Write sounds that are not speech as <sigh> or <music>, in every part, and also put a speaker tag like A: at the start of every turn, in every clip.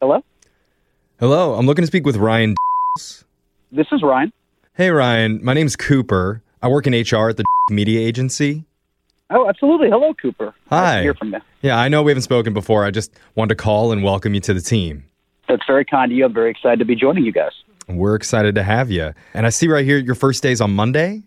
A: Hello?
B: Hello, I'm looking to speak with Ryan.
A: This is Ryan.
B: Hey, Ryan. My name's Cooper. I work in HR at the media agency.
A: Oh, absolutely. Hello, Cooper. Nice
B: Hi.
A: to hear from you.
B: Yeah, I know we haven't spoken before. I just wanted to call and welcome you to the team.
A: That's very kind of you. I'm very excited to be joining you guys.
B: We're excited to have you. And I see right here your first day's on Monday.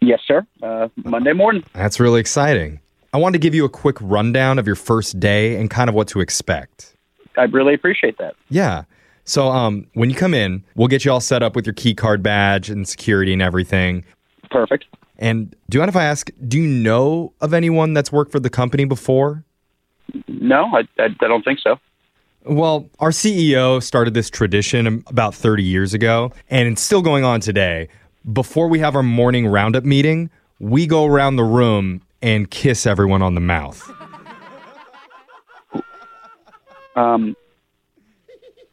A: Yes, sir. Uh, Monday morning.
B: That's really exciting. I wanted to give you a quick rundown of your first day and kind of what to expect.
A: I really appreciate that.
B: Yeah. So, um, when you come in, we'll get you all set up with your key card badge and security and everything.
A: Perfect.
B: And do you mind if I ask, do you know of anyone that's worked for the company before?
A: No, I, I, I don't think so.
B: Well, our CEO started this tradition about 30 years ago, and it's still going on today. Before we have our morning roundup meeting, we go around the room and kiss everyone on the mouth.
A: Um,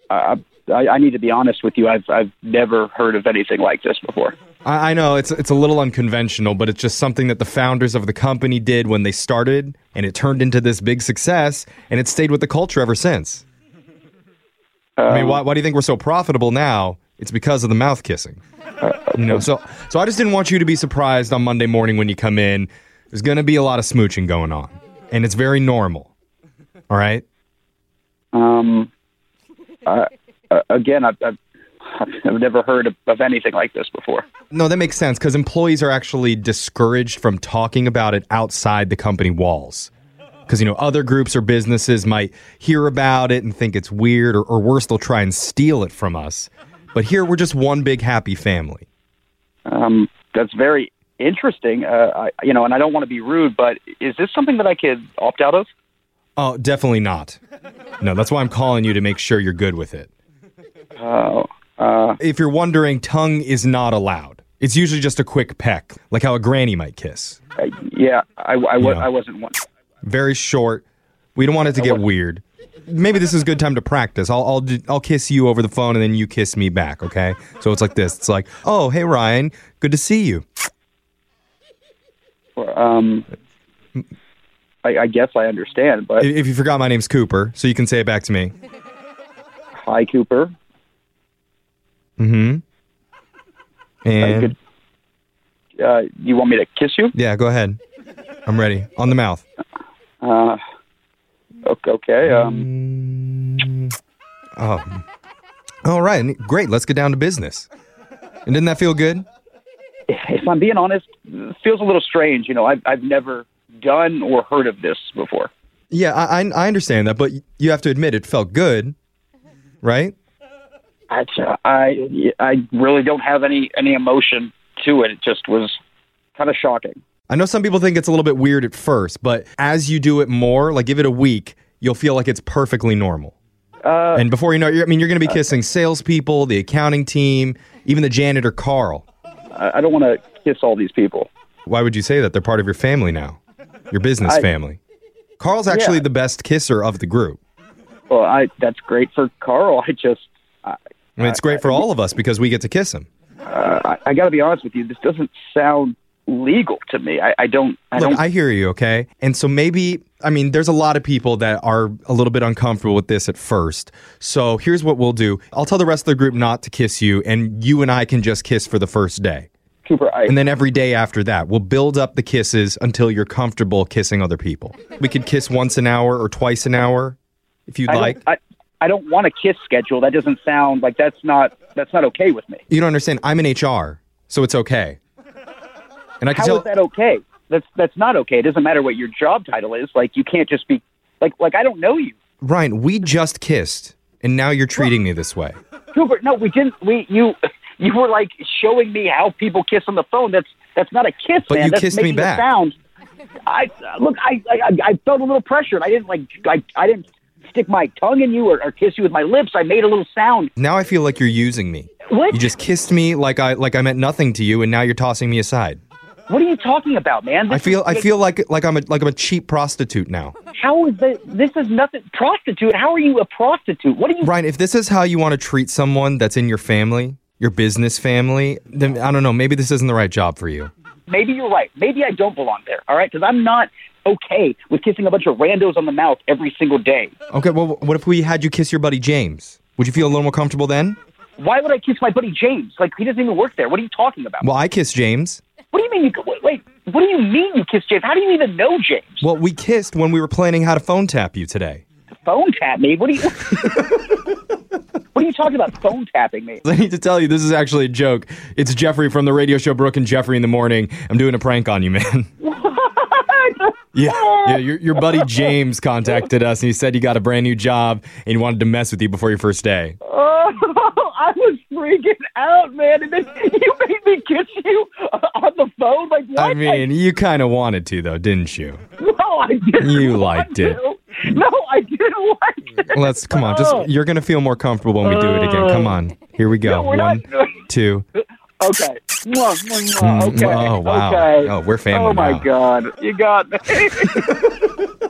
A: I, I, I need to be honest with you. I've, I've never heard of anything like this before.
B: I, I know it's it's a little unconventional, but it's just something that the founders of the company did when they started, and it turned into this big success, and it stayed with the culture ever since. I mean, why, why do you think we're so profitable now? It's because of the mouth kissing. You know, so so I just didn't want you to be surprised on Monday morning when you come in. There's going to be a lot of smooching going on, and it's very normal. All right.
A: Um, uh, uh, again, I've, I've, I've never heard of, of anything like this before.
B: No, that makes sense because employees are actually discouraged from talking about it outside the company walls. Because, you know, other groups or businesses might hear about it and think it's weird, or, or worse, they'll try and steal it from us. But here, we're just one big happy family.
A: Um, that's very interesting. Uh, I, you know, and I don't want to be rude, but is this something that I could opt out of?
B: Oh, definitely not. No, that's why I'm calling you to make sure you're good with it.
A: Oh, uh,
B: If you're wondering, tongue is not allowed. It's usually just a quick peck, like how a granny might kiss.
A: I- Uh, yeah, I, I, wa-
B: Yeah.
A: I wasn't one.
B: very short. We don't want it to get weird. Maybe this is a good time to practice. I'll I'll do- I'll kiss you over the phone and then you kiss me back, okay? So it's like this. It's like, "Oh, hey Ryan, good to see you."
A: Um, I, I guess I understand,
B: I-
A: but
B: If you forgot my name's Cooper, so you can say it back to me.
A: hi, Cooper.
B: Mhm.
A: I
B: And
A: could, uh, you want me to kiss you?
B: yeah, go ahead. I'm ready. On the mouth.
A: Uh, ok- okay. Um,
B: Oh. All right. Great. Let's get down to business. And didn't that feel good?
A: if I'm being honest, it feels a little strange. You know, I've, I've never done or heard of this before.
B: Yeah, I I, I understand that, but you have to admit it felt good, right?
A: I, I, I really don't have any, any emotion to it. It just was kind of shocking.
B: I know some people think it's a little bit weird at first, but as you do it more, like give it a week, you'll feel like it's perfectly normal.
A: Uh,
B: and before you know it, you're, I mean, you're going to be kissing salespeople, the accounting team, even the janitor, Carl.
A: I, I don't want to kiss all these people.
B: Why would you say that? They're part of your family now, your business
A: I-
B: family. Carl's actually
A: Yeah.
B: the best kisser of the group.
A: Well, I, that's great for Carl. <laughs> I just,
B: I
A: Uh,
B: mean, it's great for all of us because we get to kiss him.
A: I, I got to be honest with you. This doesn't sound legal to me. I, I don't. I
B: Look,
A: don't.
B: I hear you, okay? And so maybe, I mean, there's a lot of people that are a little bit uncomfortable with this at first. So here's what we'll do I'll tell the rest of the group not to kiss you, and you and I can just kiss for the first day.
A: Cooper, I,
B: And then every day after that, we'll build up the kisses until you're comfortable kissing other people. We could kiss once an hour or twice an hour if you'd
A: I don't-
B: like.
A: I, I don't want a kiss schedule. That doesn't sound like that's not that's not okay with me.
B: you don't understand. I'm in HR, so it's okay. And I can
A: How is
B: tell.
A: that okay? That's that's not okay. It doesn't matter what your job title is. Like you can't just be like like I don't know you,
B: Ryan, we just kissed, and now you're treating me this way.
A: Cooper. No, we didn't. We you <laughs> you were like showing me how people kiss on the phone. That's that's not a kiss,
B: But
A: man.
B: you
A: that's
B: kissed me
A: making a
B: back.
A: sound. I look. I, I I- I felt a little pressured. I didn't like I I didn't stick my tongue in you or, or kiss you with my lips. I made a little sound.
B: Now I feel like you're using me.
A: What?
B: You just kissed me like I like I meant nothing to you, and now you're tossing me aside.
A: What are you talking about, man?
B: I
A: This
B: feel
A: is-
B: I feel like like I'm a like I'm a cheap prostitute now.
A: How is that? This is nothing. Prostitute? How are you a prostitute? What are you?
B: Ryan, if this is how you want to treat someone that's in your family, your business family, then I don't know. Maybe this isn't the right job for you.
A: Maybe you're right. Maybe I don't belong there. All right, because I'm not okay with kissing a bunch of randos on the mouth every single day.
B: Okay, well, what if we had you kiss your buddy James? Would you feel a little more comfortable then?
A: Why would I kiss my buddy James? Like he doesn't even work there. What are you talking about?
B: Well, I kissed James.
A: What do you mean? You, wait, wait, what do you mean you kissed James? How do you even know James?
B: Well, we kissed when we were planning how to phone tap you today.
A: Phone tap me? What do you? <laughs> what are you talking about? Phone tapping
B: <laughs>
A: me? <laughs>
B: I need to tell you, this is actually a joke. It's Jeffrey from the radio show Brooke and Jeffrey in the Morning. I'm doing a prank on you,
A: <laughs>
B: man. Yeah, yeah. Your, your buddy James contacted us and he said you got a brand new job and he wanted to mess with you before your first day.
A: Oh, I was freaking out, man. And then you made me kiss you uh, on the phone. Like what?
B: I mean, you kind of wanted to though, didn't you?
A: no, I didn't. <laughs>
B: You
A: want
B: liked it.
A: to. No, I didn't <laughs> like it.
B: Let's come on. Just you're gonna feel more comfortable when we do it again. Come on. Here we go.
A: No, we're
B: One,
A: not-
B: two.
A: Okay. Mwah, mwah, mwah.
B: Mm,
A: Okay.
B: oh, wow.
A: Okay.
B: Oh, we're family
A: Oh my <laughs>
B: now.
A: god. You got me.